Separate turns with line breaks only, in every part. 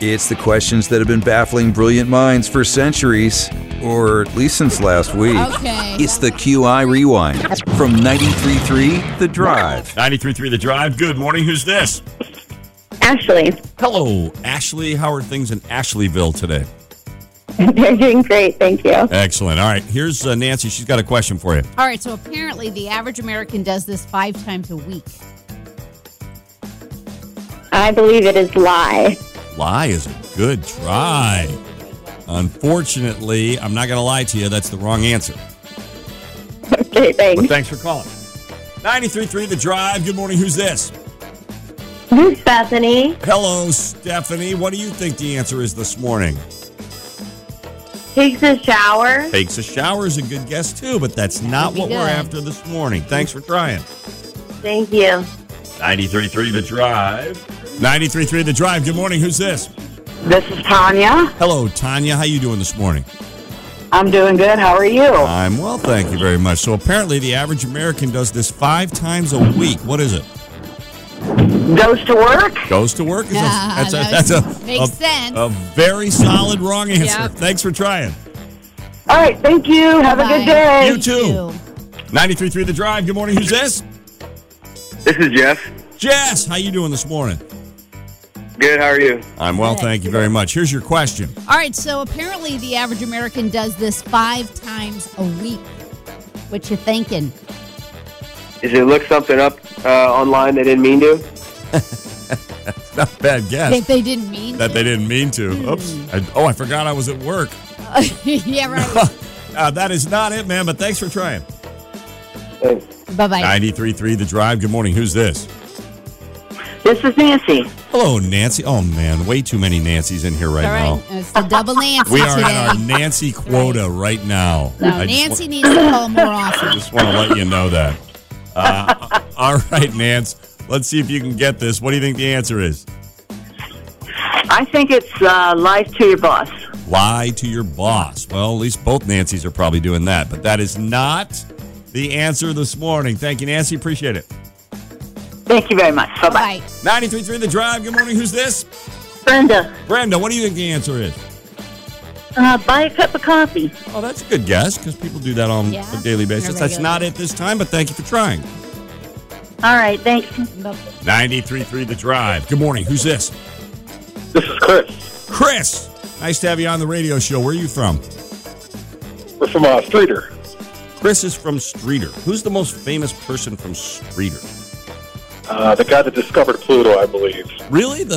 It's the questions that have been baffling brilliant minds for centuries, or at least since last week.
Okay.
It's the QI Rewind from 93.3 The Drive.
93.3 The Drive. Good morning. Who's this?
Ashley,
Hello, Ashley. How are things in Ashleyville today?
they're doing great. Thank you.
Excellent. All right. Here's uh, Nancy. She's got a question for you.
All right, so apparently the average American does this five times a week.
I believe it is lie.
Lie is a good try. Unfortunately, I'm not going to lie to you. That's the wrong answer.
Okay,
But
thanks.
thanks for calling. 93.3 The Drive. Good morning. Who's this?
This is Bethany.
Hello, Stephanie. What do you think the answer is this morning?
Takes a shower.
Takes a shower is a good guess, too, but that's not
be
what we're
good.
after this morning. Thanks for trying.
Thank you.
93.3 The Drive. 93.3 The Drive. Good morning. Who's this?
This is Tanya.
Hello, Tanya. How you doing this morning?
I'm doing good. How are you?
I'm well, thank you very much. So apparently the average American does this five times a week. What is it?
Goes to work?
Goes to work? Is a-
Yeah,
that's a,
that
that's a,
makes
a-
sense.
a very solid wrong answer.
Yep.
Thanks for trying.
All right. Thank you. Have a
Bye-bye.
good day.
You too. 93.3 The Drive. Good morning. Who's this?
This is Jeff.
Jess. How you doing this morning?
Good, how are you?
I'm well, thank you very much. Here's your question.
All right, so apparently the average American does this five times a week. What you thinking?
Is it look something up uh, online they didn't mean to?
Not a bad
If
guess.
they didn't mean
That
to.
they didn't mean to. Oops. I, oh, I forgot I was at work.
yeah, right.
Uh, that is not it, man, but thanks for trying.
Thanks.
bye bye.
93.3 The Drive. Good morning. Who's this?
This is Nancy.
Hello, Nancy. Oh, man. Way too many Nancy's in here right
All
now.
right, it's the double Nancy
We are
today.
at our Nancy quota right now.
No,
I just
Nancy needs to call more often.
Just want to let you know that. Uh, all right, Nance. Let's see if you can get this. What do you think the answer is?
I think it's uh, life to your boss.
Lie to your boss. Well, at least both Nancy's are probably doing that, but that is not the answer this morning. Thank you, Nancy. Appreciate it.
Thank you very much. Bye bye.
Bye.
93.3 The Drive. Good morning. Who's this?
Brenda,
Brenda, what do you think the answer is?
uh, buy a cup of coffee.
Oh, that's a good guess because people do that on
Yeah,
a daily basis.
on a
That's
regular
not it this time, but thank you for trying.
All right. Thanks.
93.3 The Drive. Good morning. Who's this?
This is Chris.
Chris. Nice to have you on the radio show. Where are you from?
We're from uh, Streeter.
Chris is from Streeter. Who's the most famous person from Streeter?
Uh, the guy that discovered Pluto, I believe.
Really? The,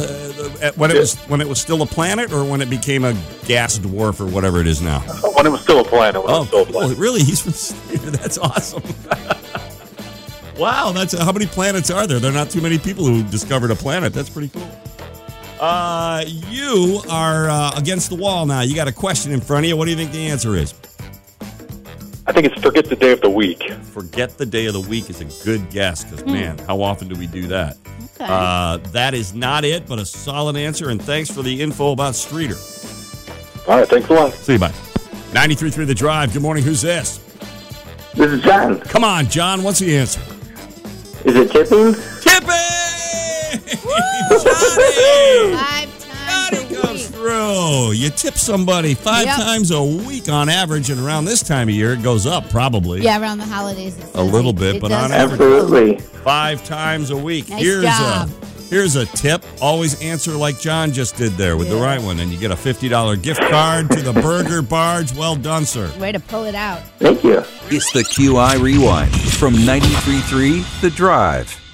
the at- when it was when it was still a planet, or when it became a gas dwarf, or whatever it is now.
Uh, When it was still a planet. When it
Oh,
was still a
cool.
planet.
really? He's from Streeter. That's awesome. wow, that's how many planets are there? There are not too many people who discovered a planet. That's pretty cool. Uh, you are uh, against the wall now. You got a question in front of you. What do you think the answer is?
I think it's forget the day of the week.
Forget the day of the week is a good guess because, man, how often do we do that?
Okay.
Uh, that is not it, but a solid answer. And thanks for the info about Streeter.
All right, thanks a lot.
See you, bye. 93 through the drive. Good morning. Who's this?
This is John.
Come on, John. What's the answer?
Is it tipping?
Tipping! Johnny!
Five times
Johnny
a
comes
week.
through. You tip somebody five
Yep.
times a week on average, and around this time of year, it goes up probably.
Yeah, around the holidays. it
A
says
little
it-
bit,
it
but
does
on
go up.
Absolutely.
Five times a week.
Nice
here's
job.
a here's a tip. Always answer like John just did there with the
Yeah.
right one, and you get a fifty dollar gift card to the Burger Barge. Well done, sir.
Way to pull it out.
Thank you.
It's the QI Rewind from 93.3 The Drive.